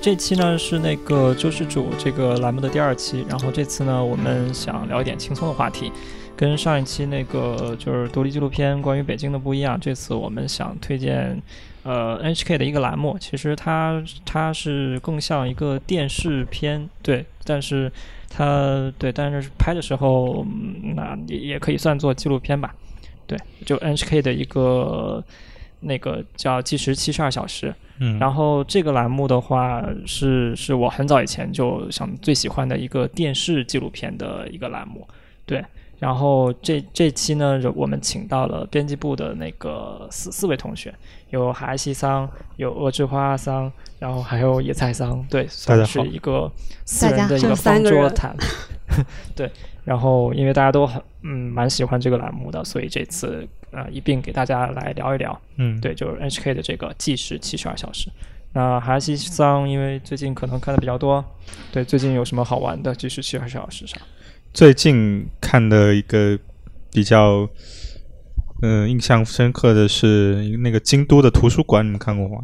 这期呢是那个救世主这个栏目的第二期，然后这次呢我们想聊一点轻松的话题，跟上一期那个就是独立纪录片关于北京的不一样，这次我们想推荐呃 NHK 的一个栏目，其实它它是更像一个电视片，对，但是它对，但是拍的时候嗯那也也可以算作纪录片吧，对，就 NHK 的一个那个叫计时七十二小时。嗯，然后这个栏目的话是是我很早以前就想最喜欢的一个电视纪录片的一个栏目，对。然后这这期呢，我们请到了编辑部的那个四四位同学，有海西桑，有鹅之花桑，然后还有野菜桑，对，算大家好是一个私大人家的一就个三方个桌人谈， 对。然后因为大家都很嗯蛮喜欢这个栏目的，所以这次呃一并给大家来聊一聊。嗯，对，就是 NHK 的这个计时七十二小时。那韩西桑因为最近可能看的比较多，对，最近有什么好玩的计时七十二小时上？最近看的一个比较，嗯、印象深刻的是那个京都的图书馆，你们看过吗？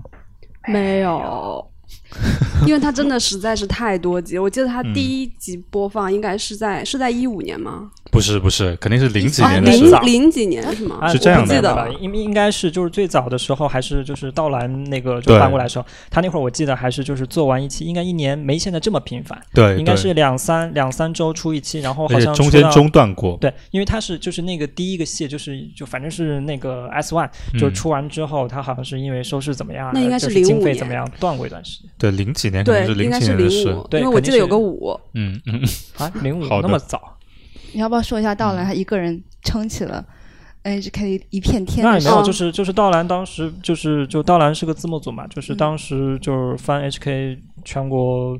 没有， 因为它真的实在是太多集。我记得它嗯第一集播放应该是在是在一五年吗？不是不是，肯定是零几啊，年的是事零儿。吧零几年是吗？啊是我这样不的记得吧了，应应该是就是最早的时候，还是就是道兰那个就对搬过来的时候，他那会儿我记得还是就是做完一期，应该一年没现在这么频繁，应对，该对是两三两三周出一期，然后好而且像中出间到中断过。对，因为他是就是那个第一个系就是就反正是那个 S One 就嗯出完之后，他好像是因为收视怎么样，啊那应该就是经05费年怎么样断过一段时间。对，零几年可能对是，零应该几是年的事零。五，对因为肯我定记得有是个五。嗯嗯，啊，零五好那的么早，你要不要说一下道兰他一个人撑起了 NHK 的一片天哦那的也时没候？有，嗯就是就是道兰当时就是就道兰是个字幕组嘛，就是嗯当时就是翻 HK 全国。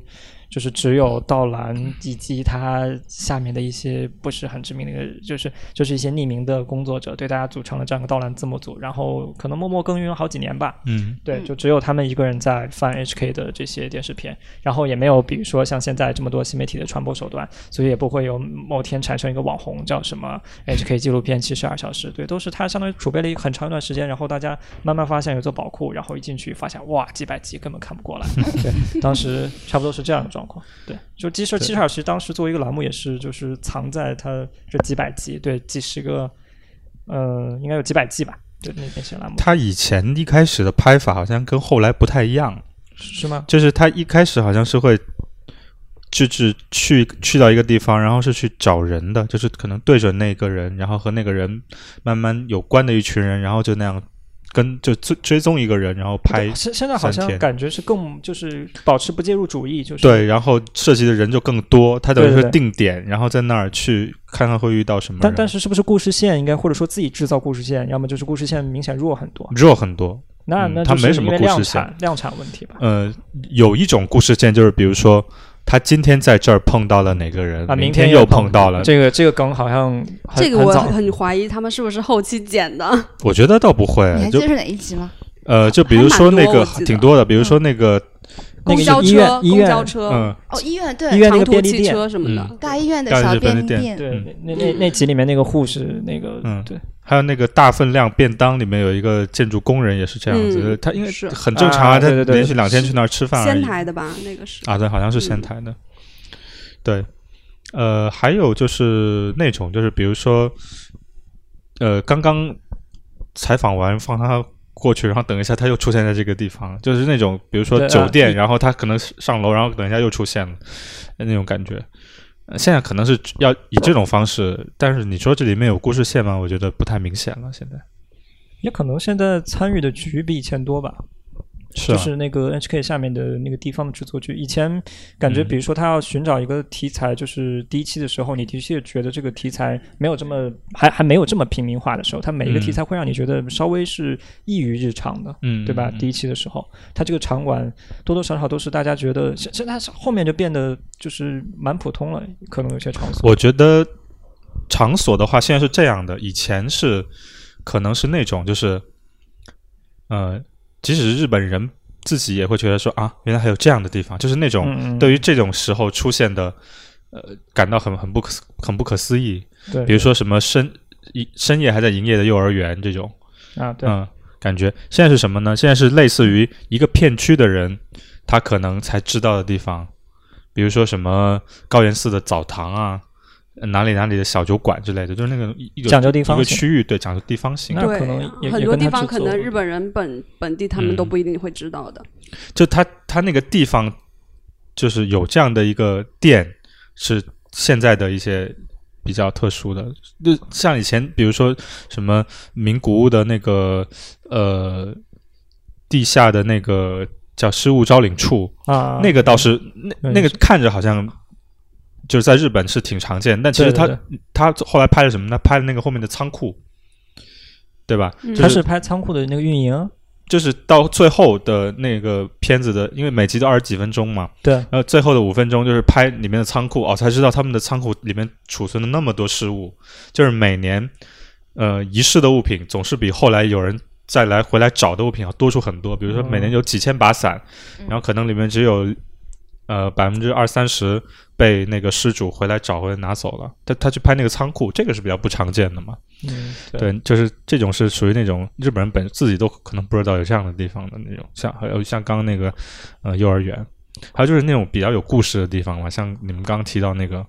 就是只有道兰以及他下面的一些不是很知名的一个，就是就是一些匿名的工作者，对大家组成了这样一个道兰字幕组，然后可能默默耕耘了好几年吧，嗯对，嗯就只有他们一个人在翻 HK 的这些电视片，然后也没有比如说像现在这么多新媒体的传播手段，所以也不会有某天产生一个网红叫什么 HK 纪录片七十二小时，对，都是他相当于储备了一很长一段时间，然后大家慢慢发现有座宝库，然后一进去发现哇几百集根本看不过来，对，当时差不多是这样的状况，对，就《鸡舍七十二小时》当时作为一个栏目也是就是藏在它这几百集，对，几十个，呃，应该有几百集吧，对，那那些栏目他以前一开始的拍法好像跟后来不太一样，是吗？就是他一开始好像是会，就是去去到一个地方，然后是去找人的，就是可能对准那个人，然后和那个人慢慢有关的一群人，然后就那样跟就追追踪一个人，然后拍对现现在好三像天感觉是更就是保持不介入主义，就是对，然后涉及的人就更多，他等于对对是对定点，然后在那儿去看看会遇到什么人，但但是是不是故事线应该或者说自己制造故事线，要么就是故事线明显弱很多。弱很多。那嗯那它就是没什么因为故事量线产量产问题吧？呃，有一种故事线就是，比如说他今天在这儿碰到了哪个人，啊，明嗯天又碰到了，这个这个梗，好像很这个我很早很怀疑他们是不是后期剪的，我觉得倒不会你，还记就得是哪一集吗？呃，就比如说那个还蛮多我记得嗯挺多的，比如说那个， 那公个交医车、院医公院交车、嗯，哦，医院医对，院那长个途便利汽店，嗯车什么的。大医院的大医小院便便利利店店，对嗯，那那那集里面那个护士，那个嗯对，还有那个大分量便当里面有一个建筑工人也是这样子，嗯他因为是很正常啊他对对对连续两天去那儿吃饭而仙已台的吧，那个是啊，对，好像是仙台的，对，呃，还有就是那种就是比如说，呃，刚刚采访完放他。过去，然后等一下，他又出现在这个地方，就是那种，比如说对啊酒店，一然后他可能上楼，然后等一下又出现了，那种感觉。呃现在可能是要以这种方式，但是你说这里面有故事线吗？我觉得不太明显了。现在也可能现在参与的局比以前多吧，是就啊是那个 HK 下面的那个地方的制作剧。以前感觉，嗯比如说他要寻找一个题材，就是第一期的时候，你的确觉得这个题材没有这么还还没有这么平民化的时候，它每一个嗯题材会让你觉得稍微是异于日常的。嗯，对吧？嗯第一期的时候，它这个场馆多多少少都是大家觉得，现现在后面就变得就是蛮普通了，可能有些场所。我觉得场所的话，现在是这样的，以前是可能是那种就是，呃，即使是日本人自己也会觉得说啊，原来还有这样的地方，就是那种嗯嗯，对于这种时候出现的，呃，感到很很不可思很不可思议。对，比如说什么深一深夜还在营业的幼儿园这种，嗯啊，对，嗯，感觉现在是什么呢？现在是类似于一个片区的人，他可能才知道的地方，比如说什么高岩寺的澡堂啊，哪里哪里的小酒馆之类的，就是那个一一个讲究地方一个性区域，对，讲究地方性。那对可能也，很也多跟地他方制可作能有日本人本本地他们都嗯不一定会知道的。就他他那个地方，就是有这样的一个店，是现在的一些比较特殊的，就像以前，比如说什么名古屋的那个呃地下的那个叫失物招领处，啊，嗯那个倒是那那那也个看着好像就是在日本是挺常见，但其实对对他对他后来拍了什么呢？拍了那个后面的仓库，对吧？嗯他是拍仓库的那个运营，就是到最后的那个片子的，因为每集都二十几分钟嘛，对，然后最后的五分钟就是拍里面的仓库哦，才知道他们的仓库里面储存了那么多事物，就是每年呃遗失的物品总是比后来有人再来回来找的物品要多出很多。比如说每年有几千把伞，然后可能里面只有呃百分之二三十被那个失主回来找回来拿走了。他他去拍那个仓库，这个是比较不常见的嘛。嗯，对，就是这种是属于那种日本人本自己都可能不知道有这样的地方的那种，像还有像刚刚那个呃幼儿园，还有就是那种比较有故事的地方嘛，像你们刚刚提到那个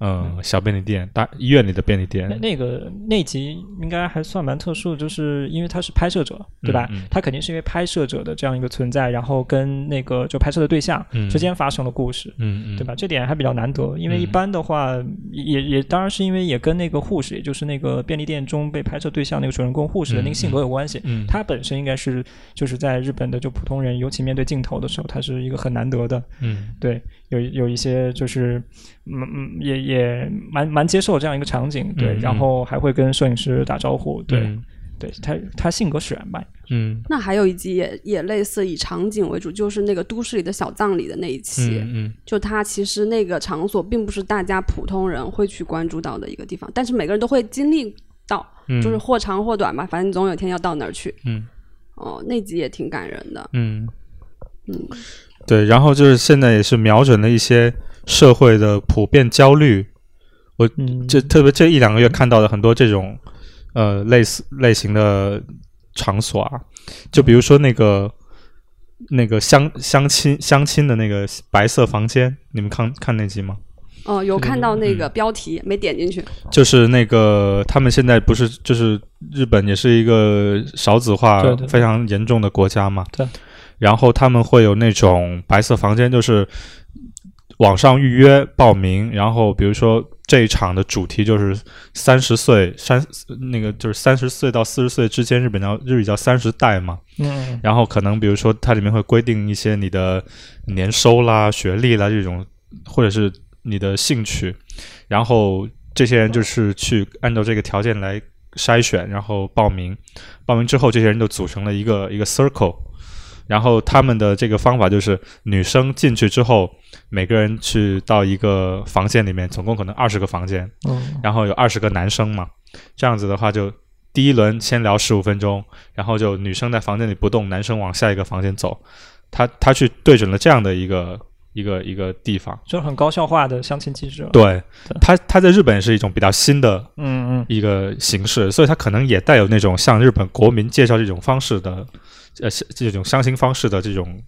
呃小便利店、大医院里的便利店嗯那，那个那集应该还算蛮特殊，就是因为他是拍摄者，对吧？嗯嗯他肯定是因为拍摄者的这样一个存在，然后跟那个就拍摄的对象嗯之间发生了故事。嗯嗯，对吧？这点还比较难得，因为一嗯般的话，也也当然是因为也跟那个护士，也就是那个便利店中被拍摄对象那个主人公护士的那嗯个性格有关系。嗯他本身应该是就是在日本的就普通人，尤其面对镜头的时候，他是一个很难得的，嗯对，有有一些就是，嗯嗯，也也蛮蛮接受这样一个场景，对，嗯然嗯后还会跟摄影师打招呼，对，嗯对他他性格使然吧，嗯那还有一集也也类似以场景为主，就是那个都市里的小葬礼的那一期，嗯就它其实那个场所并不是大家普通人会去关注到的一个地方，但是每个人都会经历到，嗯，就是或长或短吧，反正你总有一天要到那儿去。嗯哦，那集也挺感人的。嗯嗯，对，然后就是现在也是瞄准了一些社会的普遍焦虑，嗯，这特别这一两个月看到的很多这种呃类似类型的场所啊，就比如说那个那个相相亲相亲的那个白色房间，你们看看那集吗？哦，有对对看对到那嗯个标题、没点进去。就是那个他们现在不是就是日本也是一个少子化对对对非常严重的国家嘛，对然后他们会有那种白色房间，就是网上预约报名，然后比如说这一场的主题就是三十岁三那个就是三十岁到四十岁之间，日本叫日语叫三十代嘛，嗯然后可能比如说它里面会规定一些你的年收啦、学历啦这种，或者是你的兴趣，然后这些人就是去按照这个条件来筛选，然后报名，报名之后这些人就组成了一个一个 circle。然后他们的这个方法就是，女生进去之后，每个人去到一个房间里面，总共可能二十个房间，嗯然后有二十个男生嘛，这样子的话就第一轮先聊十五分钟，然后就女生在房间里不动，男生往下一个房间走，他他去对准了这样的一个一个一个地方。就是很高效化的相亲机制了，对对他，他在日本是一种比较新的嗯嗯。一个形式，所以他可能也带有那种向日本国民介绍这种方式的，呃，这种相亲方式的这种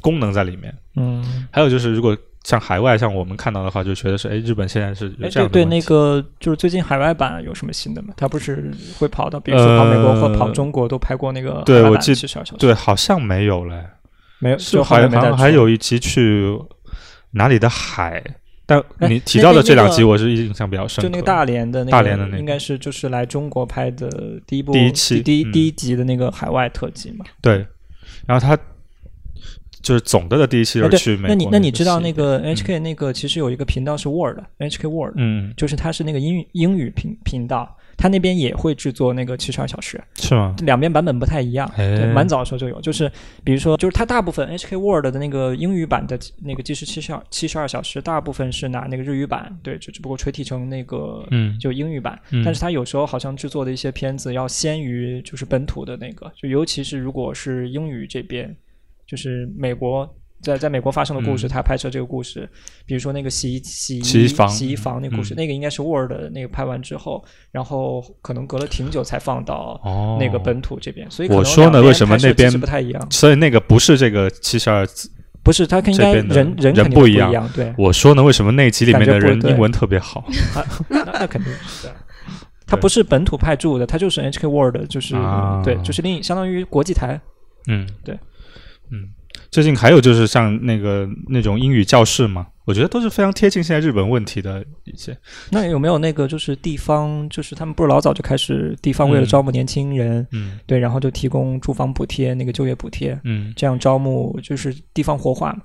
功能在里面。嗯还有就是，如果像海外像我们看到的话，就觉得是，哎，日本现在是有哎，这对样的对，问那题个就是最近海外版有什么新的吗？他不是会跑到，比如说跑美国呃或跑中国，都拍过那个对海外我版记72小时对，好像没有嘞。没有，是就后好面像没再出还有一集去哪里的海，但哎你提那到那的这那两个集我是印象比较深就刻。那个大连的那个，大连的那个应该是就是来中国拍的第一部第一期第一嗯第一集的那个海外特辑嘛。对，然后他就是总的的第一期哎就是对去美国、那你那你知道那个个 HK 那个其实有一个频道是 Word，HK Word，嗯就是它是那个英语英语频频道，它那边也会制作那个七十二小时，是吗？两边版本不太一样，哎对，蛮早的时候就有，就是比如说，就是它大部分 HK Word 的那个英语版的那个计时七十二七十二小时，大部分是拿那个日语版，对，只只不过吹替成那个嗯就英语版，嗯但是它有时候好像制作的一些片子要先于就是本土的那个，就尤其是如果是英语这边，就是美国。在在美国发生的故事，嗯它拍摄这个故事，比如说那个洗衣洗衣洗衣房洗衣房那个故事，嗯那个应该是 Word 的那个拍完之后，然后可能隔了挺久才放到哦，那个本土这边，所以我可能说呢两为什么拍摄那边其实不太一样？所以那个不是这个七十二不是他应这该边的人人肯人定不不一样样，对，我说呢，为什么那一集里面的感觉人不对英文特 别好？那那肯定是 的。他不是本土派驻的，他就是 HK World，就是、啊对，就是另相当于国际台。嗯，对，嗯，最近还有就是像那个那种英语教室嘛，我觉得都是非常贴近现在日本问题的一些。那有没有那个就是地方，就是他们不是老早就开始地方为了嗯招募年轻人，嗯对，然后就提供住房补贴、那个就业补贴，嗯，这样招募就是地方活化嘛。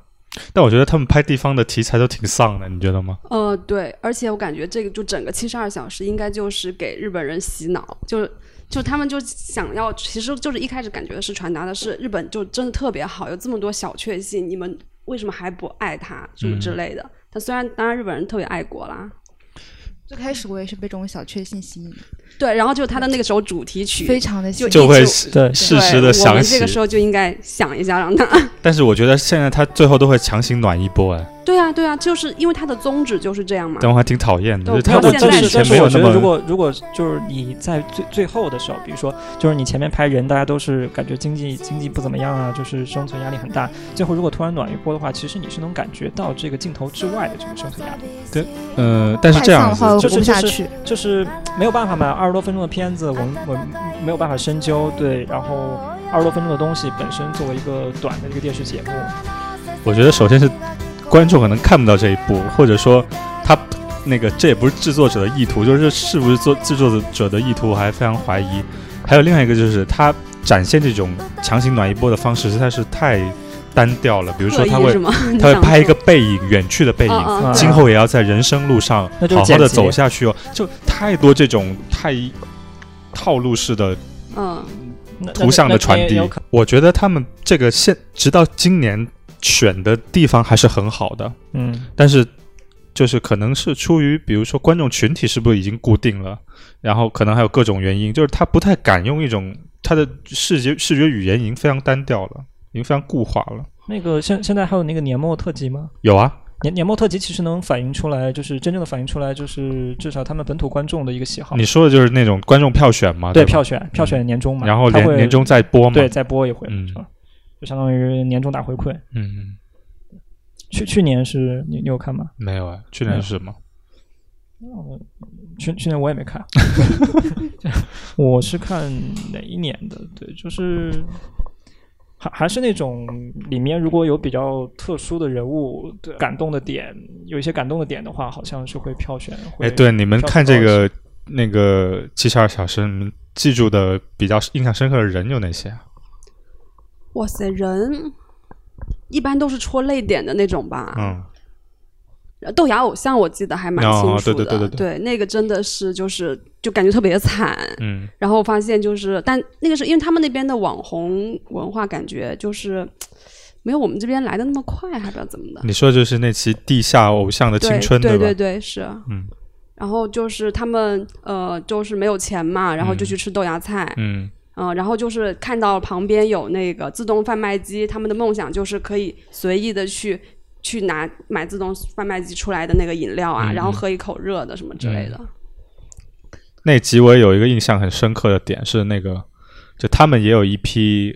但我觉得他们拍地方的题材都挺丧的，你觉得吗？呃，对，而且我感觉这个就整个七十二小时应该就是给日本人洗脑，就是就他们就想要，其实就是一开始感觉是传达的是日本就真的特别好，有这么多小确幸，你们为什么还不爱他什么之嗯类的。他虽然当然日本人特别爱国啦，最开始我也是被这种小确幸吸引，对，然后就他的那个首主题非曲，常的喜就就欢。会一适对适时对的我想们起这个，时候就应该想一下，让他。 但是我觉得现在他最后都会强行暖一波，哎，对啊，对啊，就是因为他的宗旨就是这样嘛。但我还挺讨厌的，对就是他没有我但觉得是以前但是没有我那觉得如么果如果就是你在最最后的时候，比如说就是你前面拍人，大家都是感觉经济经济不怎么样啊，就是生存压力很大。最后如果突然暖一波的话，其实你是能感觉到这个镜头之外的这个生存压力，呃，但是太这丧样的子话，我就活是不就下是去。就是没有办法嘛，二十多分钟的片子，我们我们没有办法深究对，然后二十多分钟的东西本身作为一个短的一个电视节目，我觉得首先是观众可能看不到这一步，或者说他那个这也不是制作者的意图，就是是不是做制作者的意图，我还非常怀疑。还有另外一个就是他展现这种强行暖一波的方式实在是太单调了，比如说刻他意会是吗？他会拍一个你背影，远去的背哦影。 想说，嗯啊嗯今后也要在人生路上那就是好好的剪辑走下去哦，就太多这种太套路式的嗯，那图像的传递那那也有可。我觉得他们这个现直到今年选的地方还是很好的，嗯，但是就是可能是出于比如说观众群体是不是已经固定了，然后可能还有各种原因，就是他不太敢用一种他的视觉视觉语言已经非常单调了，已经非常固化了。那个现现在还有那个年末特辑吗？有啊，年年末特辑其实能反映出来，就是真正的反映出来，就是至少他们本土观众的一个喜好。你说的就是那种观众票选嘛，哦对吧嗯票选票选年终嘛，然后他年会年终再播嘛，对再播一回，嗯是吧？就相当于年终打回馈。嗯，去去年是你你有看吗？没有啊，去没年有是什么？去去年我也没 看， 我是看哪一年的？对，就是还还是那种里面如果有比较特殊的人物对感动的点，有一些感动的点的话，好像是会票选。会哎，对，你们票看投这个那个七十二小时，你们记住的比较印象深刻的人有哪些啊？哇塞，人一般都是戳泪点的那种吧。嗯，豆芽偶像我记得还蛮清楚的，哦对对对对那个真的是就是就感觉特别惨。嗯，然后发现就是，但那个是因为他们那边的网红文化，感觉就是没有我们这边来的那么快，还不知道怎么的。你说的就是那期《地下偶像的青春》对吧？对对对是。嗯然后就是他们呃，就是没有钱嘛，然后就嗯去吃豆芽菜，嗯嗯、然后就是看到旁边有那个自动贩卖机，他们的梦想就是可以随意的去去拿买自动贩卖机出来的那个饮料啊，嗯然后喝一口热的什么之类的。那集我有一个印象很深刻的点是那个，就他们也有一批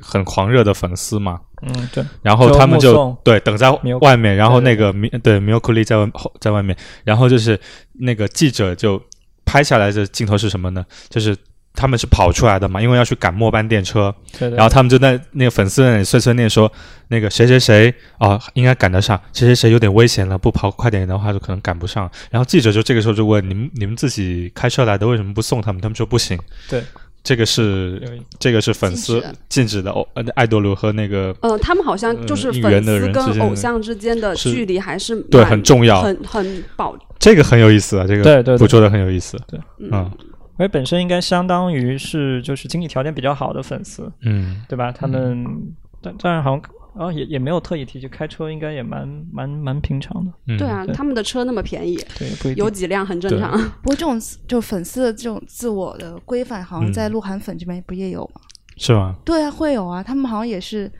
很狂热的粉丝嘛，嗯，对，然后他们就就目送对等在 Miyoko，外面，然后那个米对 m i l k l 在外后在外面，然后就是那个记者就拍下来的镜头是什么呢？就是他们是跑出来的嘛，因为要去赶末班电车，对对然后他们就在那个粉丝那里碎碎念说，那个谁谁谁啊、应该赶得上，谁谁谁有点危险了，不跑快点的话就可能赶不上。然后记者就这个时候就问你们你们自己开车来的为什么不送他们？他们说不行，对，这个是有一这个是粉丝禁止的禁止的哦，呃爱豆流和那个呃，他们好像就是嗯应粉援的丝人之跟间偶像之间的是距离还是对蛮很重要，很很保这个很有意思啊，这个对对捕对捉的很有意思。嗯嗯因为本身应该相当于是就是经济条件比较好的粉丝，嗯，对吧？他们、但当然好像啊、也也没有特意提及开车，应该也蛮蛮蛮平常的，嗯对啊，对他们的车那么便宜，对，不一定有几辆很正对常。 不过这种自就粉丝的这种自我的规范，好像在鹿晗粉这边不也有吗？是吗？对啊，会有啊，他们好像也是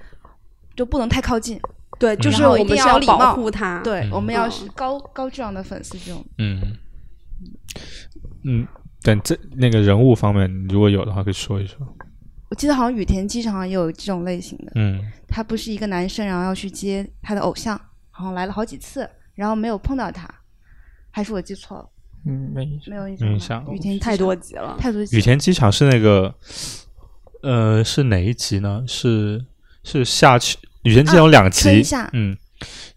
就不能太靠近。对，就嗯是然后我一们定是要要礼保貌护他。，对、嗯我们要是高高质量的粉丝这种，嗯嗯，等这那个人物方面，如果有的话可以说一说。我记得好像羽田机场也有这种类型的，嗯他不是一个男生，然后要去接他的偶像，然后来了好几次，然后没有碰到他，还是我记错了？嗯，没印象。没有印没印象象吗。雨天太多集了。太多羽田机场是那个，呃，是哪一集呢？是是夏秋。羽田机场有两啊春集，夏嗯，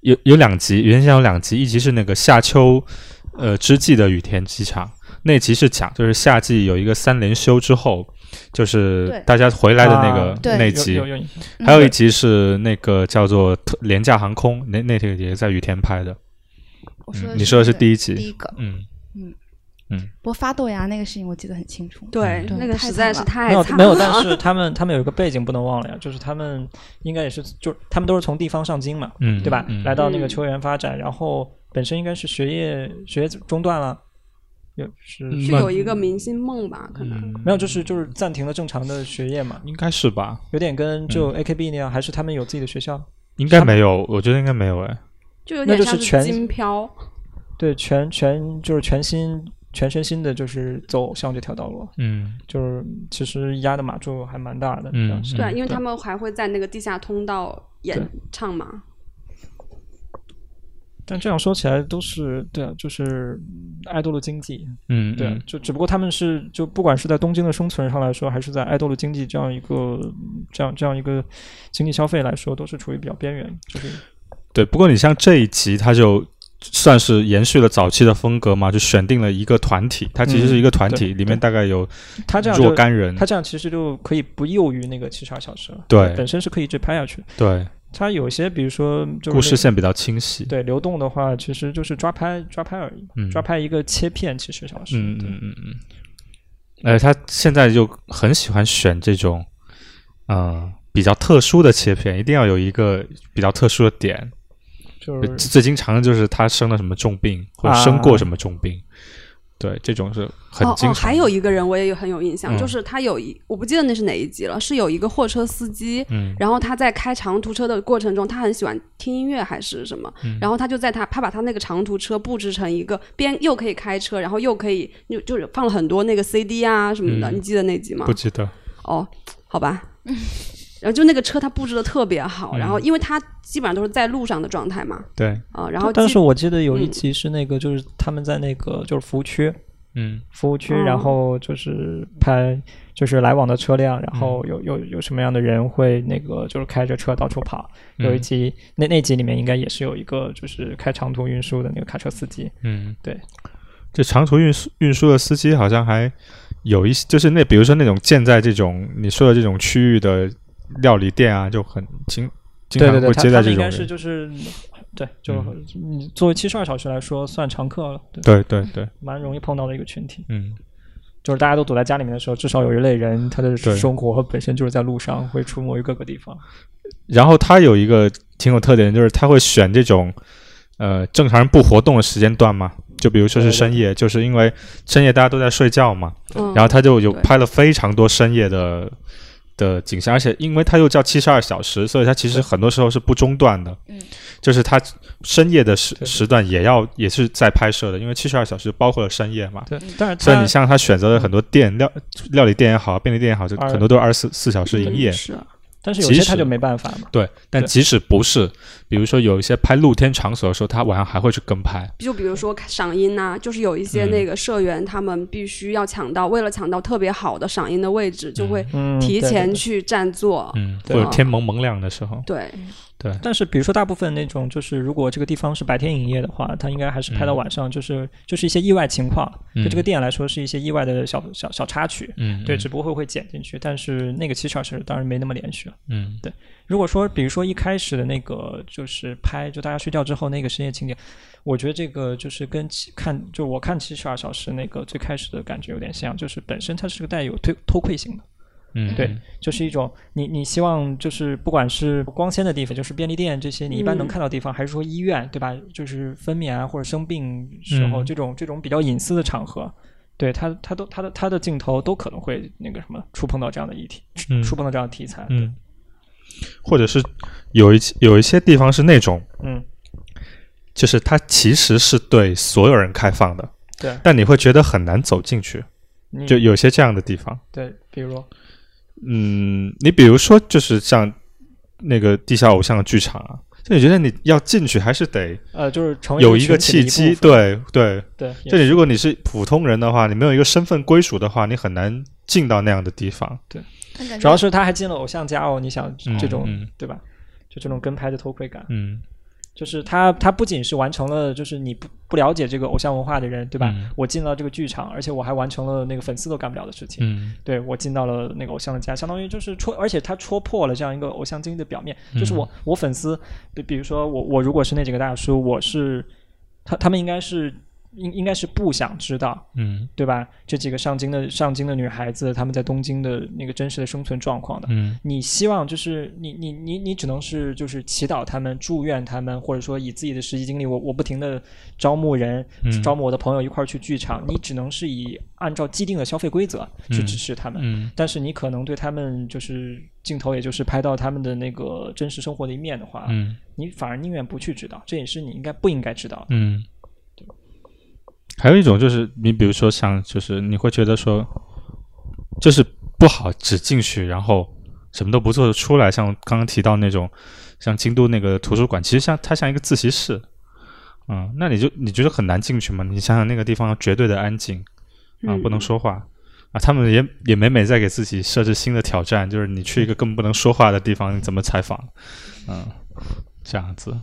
有有两集。羽田机场有两集，一集是那个夏秋，呃，之际的羽田机场。那集是讲，就是夏季有一个三连休之后，就是对大家回来的那个、啊对那集，有有有印象。嗯还有一集是那个叫做特《廉价航空》，那那个也在雨天拍的。我说嗯你说的是第一集第一个。嗯，不过发豆芽那个事情我记得很清楚。对，嗯对那个太惨实在是了太没有惨没有，了但是他们他们有一个背景不能忘了呀，就是他们应该也是就是他们都是从地方上京嘛，嗯对吧？嗯来到那个嗯球员发展，然后本身应该是学业学业中断了，有是嗯是是那有一个明星梦吧，可能。嗯没有就是就是暂停了正常的学业嘛，应该是吧？有点跟嗯就 AKB 那样，还是他们有自己的学校？应该没有，我觉得应该没有哎。就有那点就像是全金飘，对，全全就是全心全身心的就是走向这条道路，嗯就是其实压的码数还蛮大的，嗯这样是嗯对啊，因为他们还会在那个地下通道演唱嘛。但这样说起来都是对啊，就是嗯爱豆的经济，嗯，对啊嗯，就只不过他们是就不管是在东京的生存上来说，还是在爱豆的经济这样一个嗯这样这样一个经济消费来说，都是处于比较边缘，就是对。不过你像这一集，它就算是延续了早期的风格嘛，就选定了一个团体，它其实是一个团体，嗯对里面大概有他这样若就干人他。这样其实就可以不囿于那个七十二小时了，对本身是可以一直拍下去。对，他有些比如说就是故事那线比较清晰。对流动的话，其实就是抓拍抓拍而已，嗯抓拍一个切片其实小时，嗯对嗯嗯嗯。而且他现在就很喜欢选这种，嗯，比较特殊的切片，一定要有一个比较特殊的点。就最是最经常的就是他生了什么重病，或者生过什么重病。对，这种是很哦经常。哦，还有一个人我也有很有印象，嗯就是他有一我不记得那是哪一集了，是有一个货车司机，嗯然后他在开长途车的过程中，他很喜欢听音乐还是什么，嗯然后他就在他他把他那个长途车布置成一个边又可以开车，然后又可以就就是放了很多那个 CD 啊什么的，嗯你记得那集吗不？嗯记得。哦，好 吧。然后就那个车，他布置的特别好，嗯然后因为他基本上都是在路上的状态嘛，对，啊、然后但基是我记得有一嗯集是那个，就是他们在那个就是服务区，嗯服务区，哦然后就是拍就是来往的车辆，然后嗯有有有什么样的人会那个就是开着车到处跑。有一嗯集那那集里面应该也是有一个就是开长途运输的那个卡车司机，嗯，对。这长途运输运输的司机好像还有一些，就是那比如说那种建在这种你说的这种区域的料理店啊，就很经经对对常对，会他接他待们这应种该人是。就是对，就嗯作为七十二小时来说算常客了，对，对对对，蛮容易碰到的一个群体。嗯，就是大家都躲在家里面的时候，至少有一类人他的对生活本身就是在路上，会出没于各个地方。然后他有一个挺有特点，就是他会选这种呃正常人不活动的时间段嘛，就比如说是对对深夜，就是因为深夜大家都在睡觉嘛，嗯、然后他就有对拍了非常多深夜的的景象，而且因为他又叫七十二小时，所以他其实很多时候是不中断的，嗯，就是他深夜的时对时段也要也是在拍摄的，因为七十二小时包括了深夜嘛。对，但是所以他你像他选择了很多店料料理店也好，便利店也好，就二很多都是二十四四小时营嗯业。是但是有些即他使就没办法嘛。对，但对即使不是，比如说有一些拍露天场所的时候，他晚上还会去跟拍。就比如说赏樱呐、就是有一些嗯那个社员，他们必须要抢到，为了抢到特别好的赏樱的位置，就会嗯，对提对前对去占座。嗯，哦或对者啊天蒙蒙亮的时候，对，对，但是，比如说大部分那种，就是如果这个地方是白天营业的话，它应该还是拍到嗯晚上，就是、就是一些意外情况，嗯对这个店来说是一些意外的小小小插曲，嗯，对，只不过会剪进去。但是那个七小时当然没那么连续了。嗯如果说，比如说一开始的那个就是拍，就大家睡觉之后那个深夜情景，我觉得这个就是跟其看，就我看七十二啊小时那个最开始的感觉有点像，就是本身它是个带有推偷窥性的。嗯，对，就是一种你你希望就是不管是呃光鲜的地方，就是便利店这些你一般能嗯看到的地方，还是说医院对吧？就是分娩啊或者生病时候、嗯这种这种比较隐私的场合，对它它都它的它的镜头都可能会那个什么触碰到这样的议题，嗯触碰到这样的题材。嗯，或者是有一有一些地方是那种，嗯，就是它其实是对所有人开放的，对，但你会觉得很难走进去，你就有些这样的地方。对，比如嗯，你比如说，就是像那个地下偶像剧场啊，就你觉得你要进去还是得呃，就是成为有一一个群体的契一机，部分对对。对，也就是你如果你是普通人的话，你没有一个身份归属的话，你很难进到那样的地方。但感觉主要是他还进了偶像家哦，你想嗯这种、嗯对吧？就这种跟拍的偷窥感，嗯，就是他他不仅是完成了，就是你不不了解这个偶像文化的人，对吧？嗯我进了这个剧场，而且我还完成了那个粉丝都干不了的事情。嗯，对我进到了那个偶像的家，相当于就是戳，而且他戳破了这样一个偶像经历的表面。嗯就是我我粉丝，比比如说我我如果是那几个大叔，我是他他们应该是应应该是不想知道，嗯，对吧？这几个上京的上京的女孩子，她们在东京的那个真实的生存状况的。嗯，你希望就是你你你你只能是就是祈祷他们祝愿他们，或者说以自己的实际经历，我我不停的招募人，嗯招募我的朋友一块儿去剧场，你只能是以按照既定的消费规则去嗯支持他们，嗯，但是你可能对他们就是镜头，也就是拍到他们的那个真实生活的一面的话，嗯，你反而宁愿不去知道，这也是你应该不应该知道的。嗯，还有一种就是，你比如说像，就是你会觉得说，就是不好只进去，然后什么都不做出来。像刚刚提到那种，像京都那个图书馆，其实像它像一个自习室，嗯，那你就你觉得很难进去吗？你想想那个地方绝对的安静啊，嗯不嗯能说话。啊，他们也也每每在给自己设置新的挑战，就是你去一个更不能说话的地方，你怎么采访？嗯，这样子，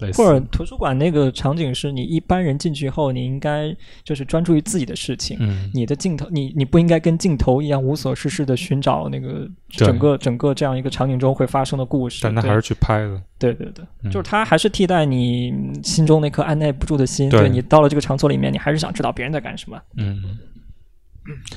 类似或者图书馆那个场景是你一般人进去后，你应该就是专注于自己的事情。嗯，你的镜头，你你不应该跟镜头一样无所事事的寻找那个对整个整个这样一个场景中会发生的故事。但他对还是去拍了。对对对，嗯就是他还是替代你嗯心中那颗按耐不住的心。对你到了这个场所里面，你还是想知道别人在干什么。嗯，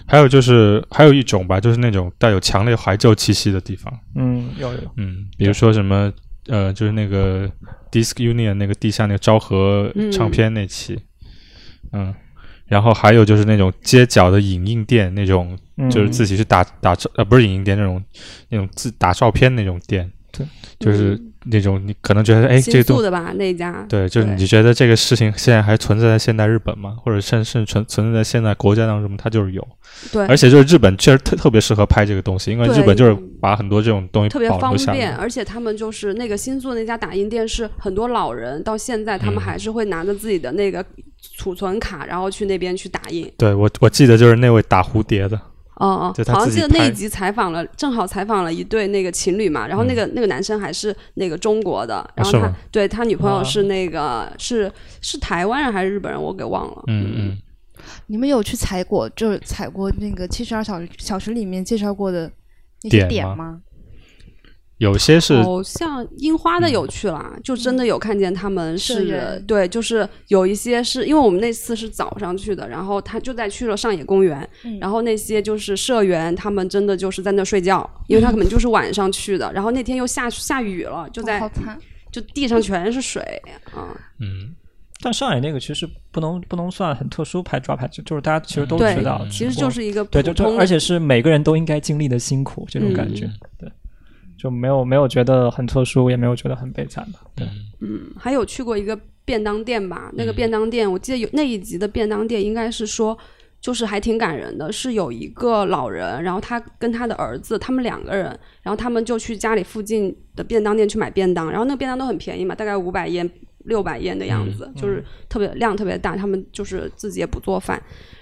还有就是还有一种吧，就是那种带有强烈怀旧气息的地方，嗯，有有，嗯，比如说什么呃，就是那个 Disc Union 那个地下那个昭和唱片那期，嗯。然后还有就是那种街角的影印店，那种嗯、就是自己去打、打照呃不是影印店那种那种自打照片那种店，对，嗯就是那种你可能觉得哎这嗯新个东宿的吧那家，对，就是对你觉得这个事情现在还存在在现代日本吗？或者甚甚至存存在在现代国家当中，它就是有，对而且就是日本确实特特别适合拍这个东西，因为对日本就是把很多这种东西特别保方留下便，啊来。而且他们就是那个新宿那家打印店，是很多老人到现在他们嗯还是会拿着自己的那个储存卡，然后去那边去打印。对我我记得就是那位打蝴蝶的，哦就哦，他好像自己记得那拍一集采访了，正好采访了一对那个情侣嘛，然后那个、那个男生还是那个中国的，然嗯后是他、吗哦对他女朋啊友是那个、是是台湾人还是日本人，我给忘了。嗯嗯，你们有去采过，就是采过那个七十二小时小时里面介绍过的那点些点吗吗？有些是嗯好像樱花的有去啦，就真的有看见他们社嗯是员，对，就是有一些是因为我们那次是早上去的，然后他就在去了上野公园，嗯然后那些就是社员他们真的就是在那睡觉，因为他可能就是晚上去的，然后那天又下下雨了，就哇在好惨，就地上全是水啊，嗯但上海那个其实不能不能算很特殊拍抓拍，就就是大家其实都对知道，其实只不就过是一个普对，就通嗯就的，而且是每个人都应该经历的辛苦这种感觉，对，就没有没有觉得很特殊，也没有觉得很悲惨吧，对，嗯还有去过一个便当店吧，那个便当店我记得有那一集的便当店应该是说。就是还挺感人的，是有一个老人，然后他跟他的儿子，他们两个人，然后他们就去家里附近的便当店去买便当，然后那个便当都很便宜嘛，大概五百烟、六百烟的样子，就是特别量特别大，他们就是自己也不做饭，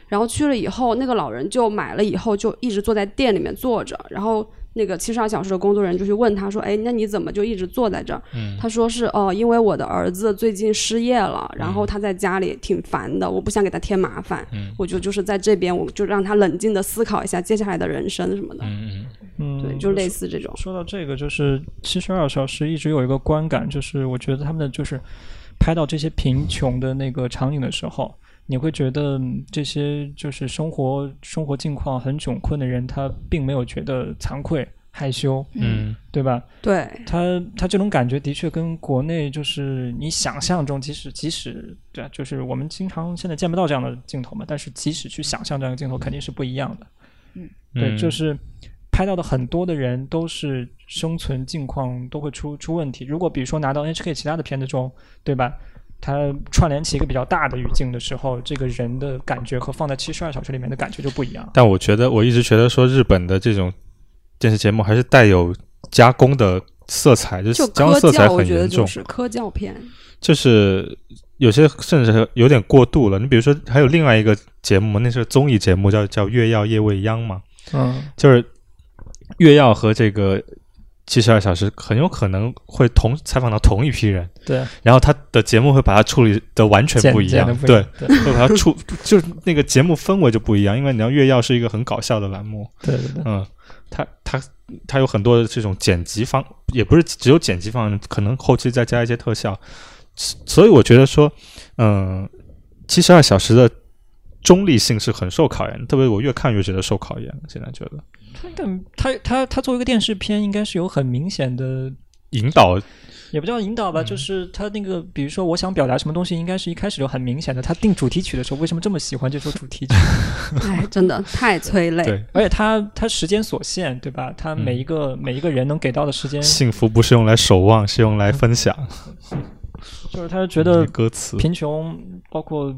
然后去了以后，那个老人就买了以后就一直坐在店里面坐着，然后那个七十二小时的工作人员就去问他说：“哎，那你怎么就一直坐在这儿？”嗯他说是哦、因为我的儿子最近失业了，然嗯后他在家里挺烦的，我不想给他添麻烦，我就就是在这边，我就让他冷静的思考一下接下来的人生什么的，嗯嗯，对，就类似这种。说到这个，就是七十二小时一直有一个观感，就是我觉得他们的就是拍到这些贫穷的那个场景的时候，你会觉得嗯这些就是生活生活境况很窘困的人，他并没有觉得惭愧害羞，嗯对吧？对，他他这种感觉的确跟国内就是你想象中，即使即使对啊，就是我们经常现在见不到这样的镜头嘛，但是即使去想象这样的镜头，肯定是不一样的。嗯，对，就是拍到的很多的人都是生存境况都会出出问题。如果比如说拿到 HK 其他的片子中，对吧？它串联起一个比较大的语境的时候，这个人的感觉和放在七十二小时里面的感觉就不一样。但我觉得我一直觉得说日本的这种电视节目还是带有加工的色彩，就是就江科湖色彩教，我很觉得严重就，是科教片，就是有些甚至有点过度了。你比如说，还有另外一个节目，那是个综艺节目叫叫《越要夜未央》嘛，嗯就是越要和这个七十二小时很有可能会同采访到同一批人，对，然后他的节目会把它处理的完全剪不一剪样得，不一对样，，对会把它处 就是那个节目氛围就不一样，因为你知道越要是一个很搞笑的栏目，对对对，嗯，它它它有很多的这种剪辑方，也不是只有剪辑方案，可能后期再加一些特效，所所以我觉得说，嗯，七十二小时的中立性是很受考验的，特别我越看越觉得受考验，现在觉得他更他他他作为一个电视片，应该是有很明显的引导也不叫引导嗯吧，就是他那个，比如说我想表达什么东西，应该是一开始就很明显的。他定主题曲的时候，为什么这么喜欢这首主题曲？ 哎，真的太催泪。对而且他他时间所限，对吧？他每一个、每一个人能给到的时间，幸福嗯不是用来守望，是用来分享，就是他觉得歌词，贫穷，包括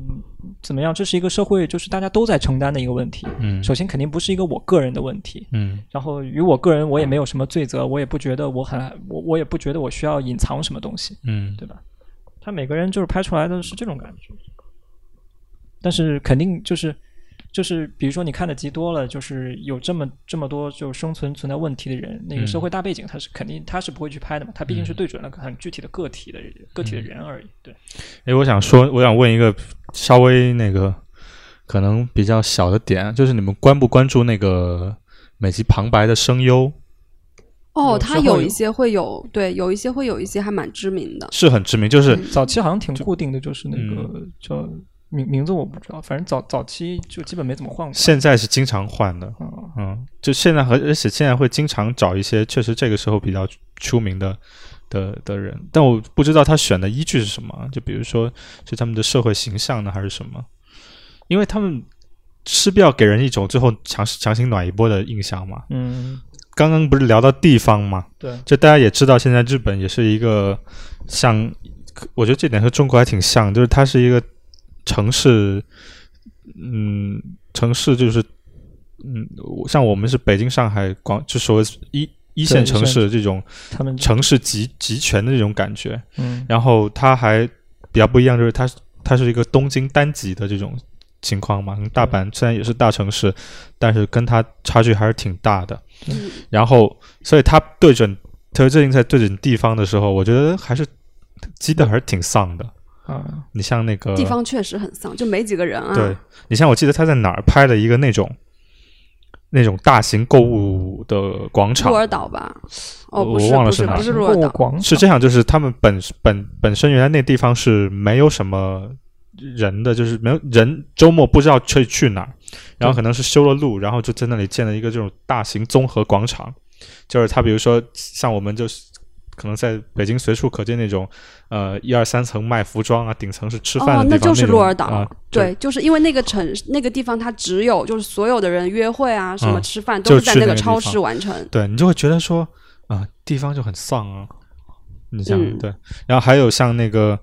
怎么样，这是一个社会，就是大家都在承担的一个问题。嗯首先，肯定不是一个我个人的问题。嗯。然后，与我个人，我也没有什么罪责，我也不觉得我很，我我也不觉得我需要隐藏什么东西。嗯，对吧？他每个人就是拍出来的是这种感觉，但是肯定就是就是，比如说你看的集多了，就是有这么这么多就生存存在问题的人，那个社嗯会大背景他是肯定他是不会去拍的嘛，他毕竟是对准了很具体的个体的人个体的人而已，对，诶，我想说，我想问一个稍微那个可能比较小的点，就是你们关不关注那个美籍旁白的声优有哦，它时候有有一些会有，对，有一些会有一些还蛮知名的。是很知名，就是早期好像挺固定的，就是那嗯个叫名名字我不知道，反正早早期就基本没怎么换过，现在是经常换的，嗯， 嗯，就现在和而且现在会经常找一些确实这个时候比较出名的的的人，但我不知道他选的依据是什么，就比如说是他们的社会形象呢，还是什么？因为他们势必要给人一种最后强强行暖一波的印象嘛。嗯，刚刚不是聊到地方嘛，对，就大家也知道，现在日本也是一个像，我觉得这点和中国还挺像，就是它是一个城市，嗯，城市就是，嗯，我像我们是北京、上海、广，就所谓一一线对一线城市这种他们城市集集权的这种感觉。嗯然后它还比较不一样，就是它它是一个东京单极的这种情况嘛。大阪虽然也是大城市，但是跟它差距还是挺大的。嗯然后，所以它对准特别最近在对准地方的时候，我觉得还是积的还是挺丧的。啊，你像那个地方确实很丧，就没几个人啊。呃对，你像我记得他在哪儿拍了一个那种。那种大型购物的广场鹿，儿岛吧？哦，我不是，我忘了不是是，哪不儿是鹿购儿物岛，啊广是这样，就是他们本本本身原来那地方是没有什么人的，就是没有人周末不知道去去哪儿，然后可能是修了路，然后就在那里建了一个这种大型综合广场，就是他比如说像我们就是。可能在北京随处可见那种，呃，一二三层卖服装啊，顶层是吃饭的哦地方、那就是种鹿儿岛啊对，就是因为那个城那个地方，它只有就是所有的人约会啊，什么吃饭嗯就都是在去那那个个地超方市完成。对你就会觉得说啊、地方就很丧啊。你想、嗯对，然后还有像那个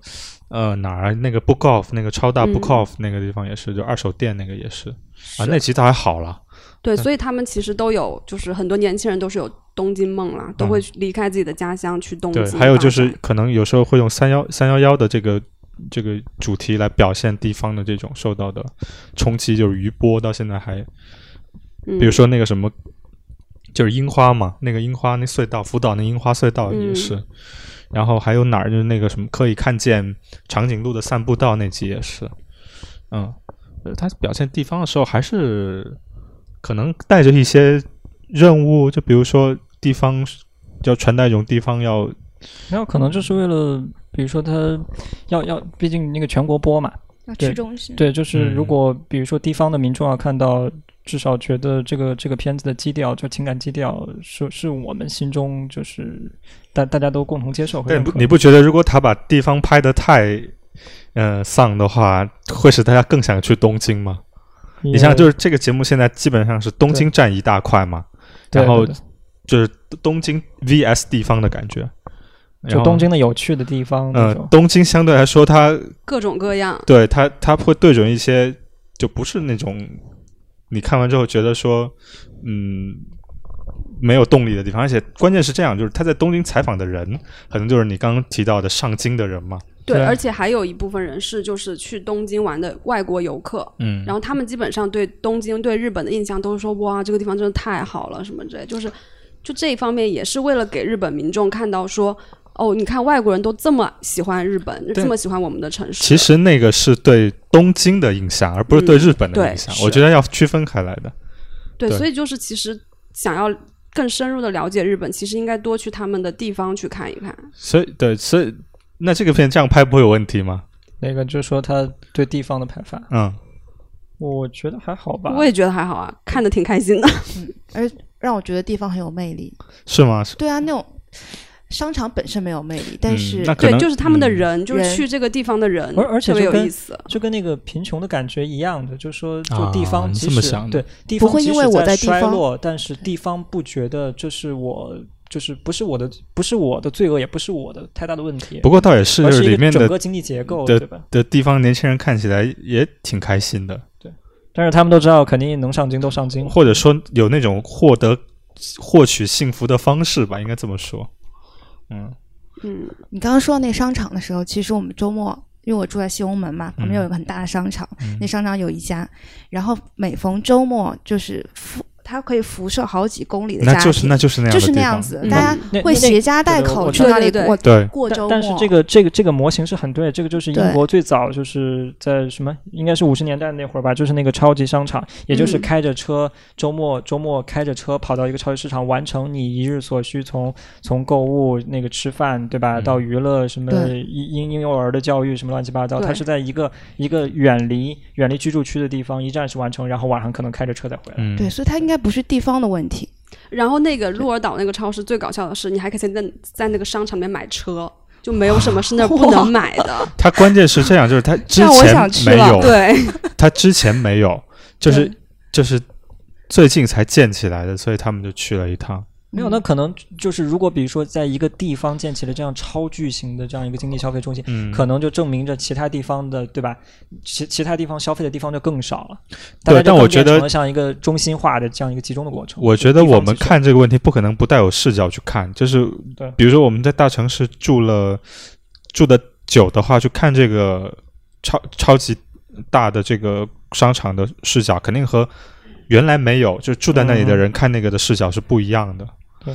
呃哪儿那个 Book Off 那个超大 Book 嗯 Off 那个地方也是，就二手店那个也是啊，是那其实还好了。对，所以他们其实都有，就是很多年轻人都是有东京梦啦，都会去离开自己的家乡去东京嗯对发，展。还有就是可能有时候会用三幺三幺幺的这个这个主题来表现地方的这种受到的冲击，就是余波到现在还，嗯，比如说那个什么。就是樱花嘛，那个樱花那隧道，福岛那樱花隧道也嗯是，然后还有哪儿就是那个什么可以看见长颈鹿的散步道那集也是，嗯，呃他表现地方的时候还是可能带着一些任务，就比如说地方要传达一种地方要没有可能就是为了，比如说他要要，毕竟那个全国播嘛，嗯要对去中心。对，就是嗯如果比如说地方的民众啊，看到至少觉得这个这个片子的基调，就情感基调是是我们心中就是大大家都共同接受和但认你可不你不觉得，如果他把地方拍得太，呃，丧的话，会使大家更想去东京吗？因你像为就是这个节目现在基本上是东京占一大块嘛，对然后对对就是东京 VS 地方的感觉。然就后东，京的有趣的地方那呃种，，东京相对来说它，各种各样，对它它会对准一些，就不是那种你看完之后觉得说，嗯，没有动力的地方。而且关键是这样，就是他在东京采访的人，可能就是你刚刚提到的上京的人嘛。对，对而且还有一部分人是就是去东京玩的外国游客，嗯然后他们基本上对东京、对日本的印象都是说哇，这个地方真的太好了什么之类，就是就这一方面也是为了给日本民众看到说哦，你看外国人都这么喜欢日本，这么喜欢我们的城市。其实那个是对东京的印象，而不是对日本的印象。嗯对我觉得要区分开来的。对，对所以就是其实想要更深入的了解日本，其实应该多去他们的地方去看一看。所以，对，所以那这个片这样拍不会有问题吗？那个就是说他对地方的排法，嗯，我觉得还好吧。我也觉得还好啊，看的挺开心的。而让我觉得地方很有魅力。是吗？对啊，那种商场本身没有魅力，但是、嗯那可对，能就是他们的嗯人，就是人去这个地方的人，而而且特别就有跟意思。就跟那个贫穷的感觉一样的，就是说，啊就地方你即这使、么想的对地方不会即因使为我在在地衰方落，但是地方不觉得这是我，就是不是我的，不是我的罪恶，也不是我的太大的问题，不过倒也是，而就是一里个面整的个经济结构，的对吧？的地方年轻人看起来也挺开心的，但是他们都知道，肯定能上京都上京，或者说有那种获得获取幸福的方式吧，应该这么说。嗯嗯，你刚刚说到那个商场的时候，其实我们周末，因为我住在西红门嘛，旁边嗯有一个很大的商场，嗯那商场有一家，然后每逢周末就是辐，它可以辐射好几公里的家那庭，就是那就是那样的地就是方，那样子，嗯大家那会那那携家带对对口我去知道那里对对过对，过周但末。但是这个这个这个模型是很对的，这个就是英对国最早就是在什么，应该是五十年代那会儿吧，就是那个超级商场，也就是嗯开着车、周末周末开着车跑到一个超级市场，完成你一日所需，从从购物那个吃饭对吧，嗯到娱乐什么对婴婴婴幼儿的教育什么乱七八糟，它对是在一个一个远离远离居住区的地方一站式完成，然后晚上可能开着车再回来。嗯对，所以它应该不是地方的问题，然后那个鹿儿岛那个超市最搞笑的是，你还可以在那在那个商场里面买车，就没有什么是那儿不能买 的。它关键是这样，就是它之这样我前想吃没了有， 对，它之前没有，就是对就是最近才建起来的，所以他们就去了一趟。没有，嗯那可能就是如果比如说在一个地方建起了这样超巨型的这样一个经济消费中心，嗯，可能就证明着其他地方的，对吧？其其他地方消费的地方就更少了。大对家就但我更觉变得成了像一个中心化的这样一个集中的过程。我觉得地方我们集中看这个问题不可能不带有视角去看，就是对比如说我们在大城市住了住的久的话，去看这个超超级大的这个商场的视角，肯定和原来没有就住在那里的人看那个的视角是不一样的。嗯对，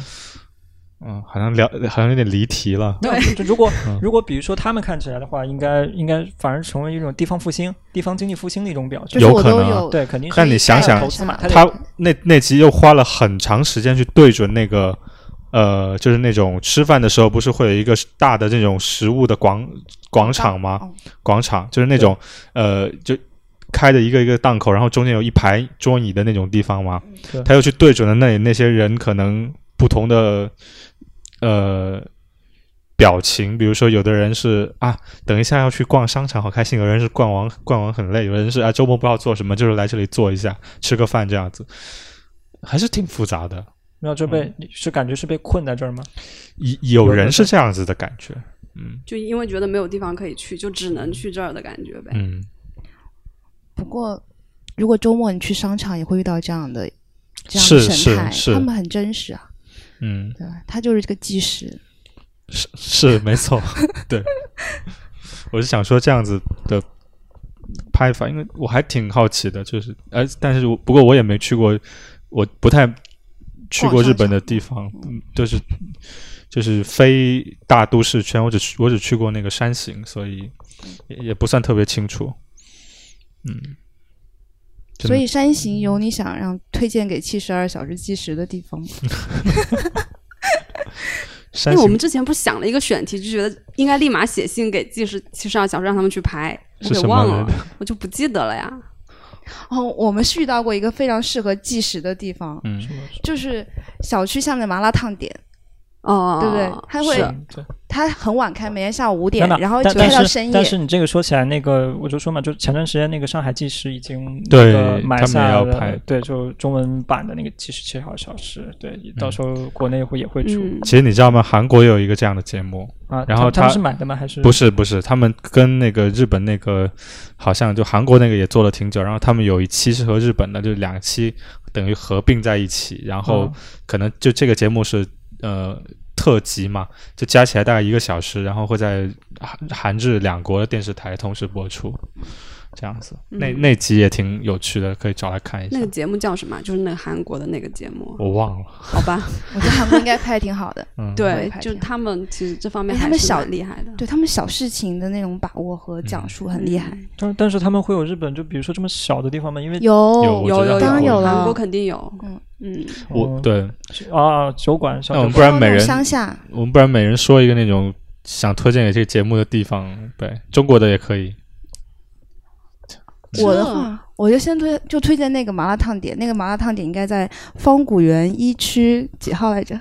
嗯，好像聊好像有点离题了。没有，就如果嗯如果比如说他们看起来的话，应该应该反而成为一种地方复兴、地方经济复兴的一种表征。就是有我可都能啊有。对，肯定是但你想想投资嘛，他得他那那集又花了很长时间去对准那个，呃，就是那种吃饭的时候不是会有一个大的这种食物的广广场吗？嗯广场就是那种呃，就开的一个一个档口，然后中间有一排桌椅的那种地方嘛对。他又去对准了那里那些人可能不同的呃表情，比如说有的人是啊，等一下要去逛商场，好开心；有人是逛完逛完很累；有人是啊，周末不知道做什么，就是来这里坐一下，吃个饭这样子，还是挺复杂的。没有就被嗯你是感觉是被困在这儿吗？有有有的人是是这样子的感觉，嗯就因为觉得没有地方可以去，就只能去这儿的感觉呗。嗯，不过，如果周末你去商场，也会遇到这样的这样是的神态，是是他们很真实啊，嗯，对吧？他就是这个技师，是是 没错，对，我是想说这样子的拍法，因为我还挺好奇的，就是哎，但是我不过我也没去过，我不太去过日本的地方，嗯，就是就是非大都市圈，我只去我只去过那个山形，所以也也不算特别清楚，嗯，真的所以山形有你想让推荐给七十二小时计时的地方吗？山因为我形们之前不是想了一个选题，就觉得应该立马写信给技师七十二小时让他们去拍，我是给什么忘来了着，？我就不记得了呀。哦，我们是遇到过一个非常适合计时的地方，嗯是吗就是小区下面的麻辣烫店，哦， 对不对？他会是对。他很晚开，每天下午五点没有，然后一但直开到但是深夜但。是你这个说起来，那个我就说嘛，就前段时间那个上海纪实已经那对个买他们也下要了拍，对，就中文版的那个七十七号小时，对，到时候嗯国内会也会出嗯，其实你知道吗？韩国有一个这样的节目，啊。然后他们他是买的吗？还是不？是不是，他们跟那个日本那个好像就韩国那个也做了挺久，然后他们有一期是和日本的，就两期等于合并在一起，然后嗯可能就这个节目是呃特辑嘛，就加起来大概一个小时，然后会在韩韩日两国的电视台同时播出，这样子。那嗯那集也挺有趣的，可以找来看一下那个。节目叫什么？就是那个韩国的那个节目，我忘了，好吧？我觉得韩国应该拍的挺好的， 嗯，我对也，拍就这样他们其实这方面哎他还们是小蛮厉害的，对他们小事情的那种把握和讲述很厉害。嗯。但但是他们会有日本，就比如说这么小的地方吗？因为有嗯有我有知道有当然有了韩国肯定有嗯。嗯，我对，哦啊，酒馆小那我酒们馆不然每那种人乡下，我们不然每人说一个那种想推荐给这个节目的地方，对中国的也可以。我的这话，我就先推就推荐那个麻辣烫点，那个麻辣烫点应该在方古园一区几号来着？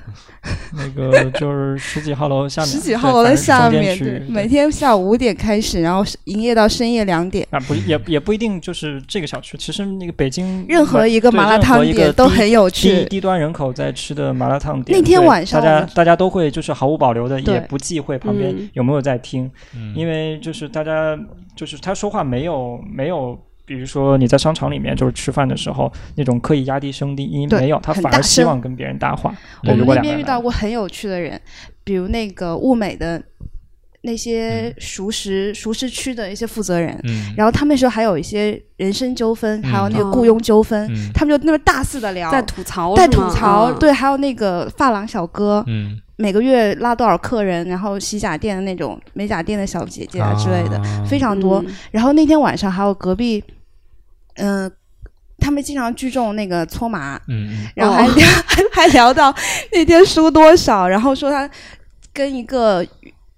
那 个就是十几号楼下面，十几对号楼反的正是下中间面，区对，对每天下午五点开始，然后是营业到深夜两点。啊，不也也不一定就是这个小区，其实那个北京任何一个对麻辣任何烫一个店都低很有低趣，低端人口在吃的麻辣烫店，那天对晚上大我家们大家都会就是毫无保留的，对也不忌讳旁边嗯有没有在听，嗯因为就是大家就是他说话没有没有。比如说你在商场里面就是吃饭的时候，那种刻意压低声音对没有，他很反大而希声望跟别人搭话。我对如我们果那两个边人遇来到过很有趣的人，比如那个物美的那些熟食、熟食区的一些负责人，嗯然后他们说还有一些人身纠纷，还有那个嗯雇佣纠纷，嗯他们就那么大肆的聊，在吐槽，在吐槽，嗯，对，还有那个发廊小哥、嗯每个月拉多少客人，然后洗甲店的那种美甲店的小姐姐啊之类的，啊非常多。嗯然后那天晚上还有隔壁，嗯、他们经常聚众那个搓麻，嗯然后哦还聊、 还聊到那天输多少，然后说他跟一个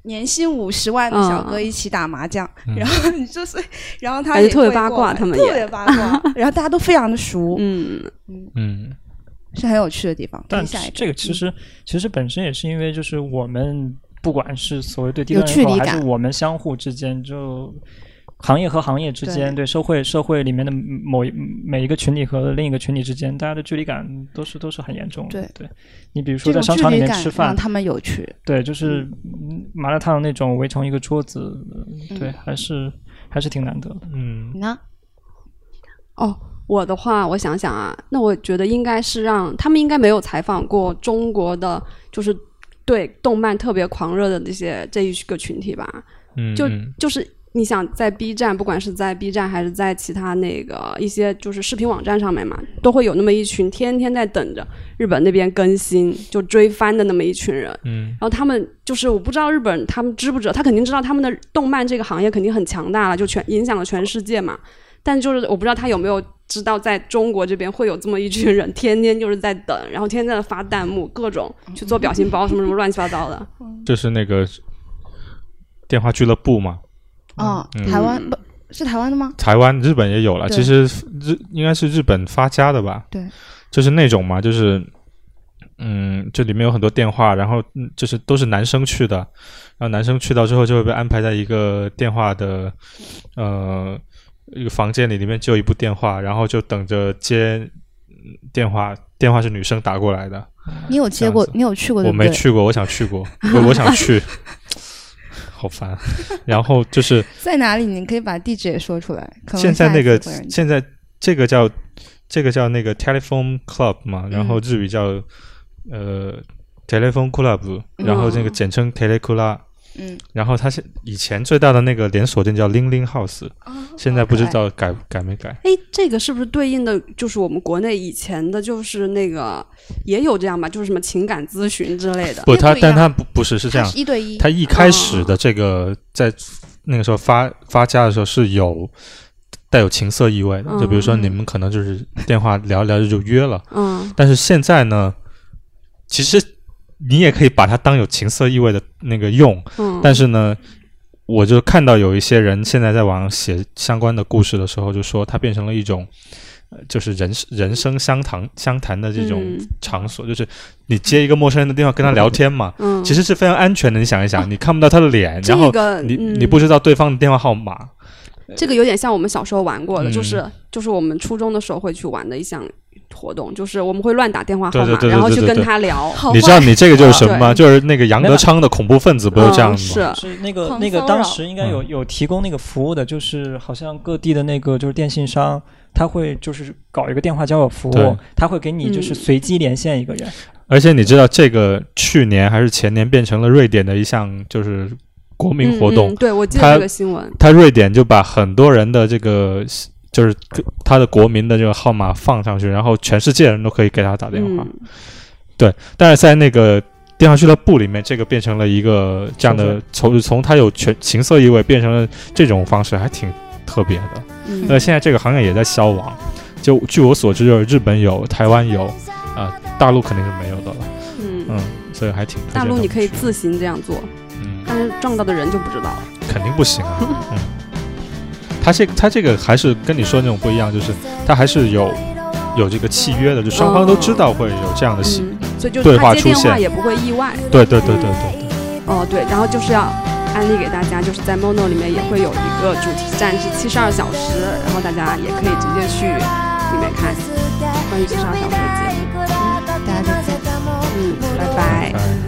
年薪五十万的小哥一起打麻将，嗯然后你就 所以，然后他感也觉特别会八过卦来他们特也别八卦， 然后大家都非常的熟，嗯，嗯，嗯是很有趣的地方。可以但下嗯一这个其实其实本身也是因为就是我们不管是所谓对低有端距人口离还感是我们相互之间就。行业和行业之间，对社会社会里面的某一每一个群体和另一个群体之间，大家的距离感都是都是很严重的。对，你比如说这在商种距场里离面感吃饭让，他们有趣，对，就是嗯麻辣烫那种围成一个桌子，呃嗯对，还是还是挺难得的。嗯你呢？哦。我的话，我想想啊，那我觉得应该是让他们应该没有采访过中国的，就是对动漫特别狂热的这些这一个群体吧。嗯，就嗯就是你想在 B 站，不管是在 B 站还是在其他那个一些就是视频网站上面嘛，都会有那么一群天天在等着日本那边更新就追番的那么一群人。嗯然后他们就是我不知道日本他们知不知道，他肯定知道他们的动漫这个行业肯定很强大了，就全影响了全世界嘛。但就是我不知道他有没有知道，在中国这边会有这么一群人，天天就是在等，然后天天在发弹幕，各种去做表情包什么什么乱七八 糟的。就是那个电话俱乐部嘛，哦，嗯台湾不是台湾的吗？台湾、日本也有了，对其实日应该是日本发家的吧？对，嗯就是那种嘛，就是嗯，这里面有很多电话，然后嗯就是都是男生去的，然后男生去到之后就会被安排在一个电话的呃一个房间里，里面只有一部电话，然后就等着接嗯电话，电话是女生打过来的，你有这接样过子，你有去过对我不对？没去过，我想去 过，我我想去， 好烦。然后就是在哪里？你可以把地址也说出来。 可能现在下那一次个会有人现在这个叫这个叫那个 telephone club 嘛，然嗯后日语叫、呃 telephone club，然后那个简称 telecula，、嗯，然后它现以前最大的那个连锁店叫 Ling Ling House，、现嗯在不知道改改没改。哎，这个是不是对应的就是我们国内以前的，就是那个也有这样吧，就是什么情感咨询之类的。不，那它不一但样它不不是是这它样是，一对一，它一开始的这个在那个时候发发家的时候是有带有情色意味的，就比如说你们可能就是电话聊一聊就约了，嗯，但是现在呢，其实你也可以把它当有情色意味的那个用，嗯但是呢，我就看到有一些人现在在网上写相关的故事的时候，就说它变成了一种呃就是人人生相谈相谈的这种嗯场所，就是你接一个陌生人的电话跟他聊天嘛，嗯，哦其实是非常安全的。你想一想，你看不到他的脸，这然后个你、嗯你不知道对方的电话号码，这个有点像我们小时候玩过的，嗯就是就是我们初中的时候会去玩的一项活动，就是我们会乱打电话号码，对对对对然后去对对跟对他聊。好你知道你这个就是什么吗？对就是那个杨德昌的恐怖分子不就这样嗯子吗？是，是那个狂那个骚当扰时应该有有提供那个服务的，就是好像各地的那个就是电信商，他会就是搞一个电话交友服对务，他会给你就是嗯随机连线一个人。而且你知道这个去年还是前年变成了瑞典的一项就是国民活动，嗯嗯对我记他得这个新闻。他瑞典就把很多人的这个就是他的国民的这个号码放上去，然后全世界人都可以给他打电话。嗯，但是在那个电话俱乐部里面，这个变成了一个这样的从从它有全情色意味变成了这种方式，还挺特别的。嗯那现在这个行业也在消亡，就据我所知，就是日本有，台湾有，啊、大陆肯定是没有的了。嗯嗯，，所以还挺推荐大陆的你可以自行这样做，嗯，但是撞到的人就不知道了。肯定不行啊。嗯，他这他这个还是跟你说那种不一样，就是他还是有有这个契约的，就双方都知道会有这样的戏。嗯，所以就对是话他接电出话现也不会意外。对对对对对对，哦，对，然后就是要安利给大家，就是在 Mono 里面也会有一个主题站是七十二小时，然后大家也可以直接去里面看关于七十二小时的节目。大家再见。嗯，拜拜。哎。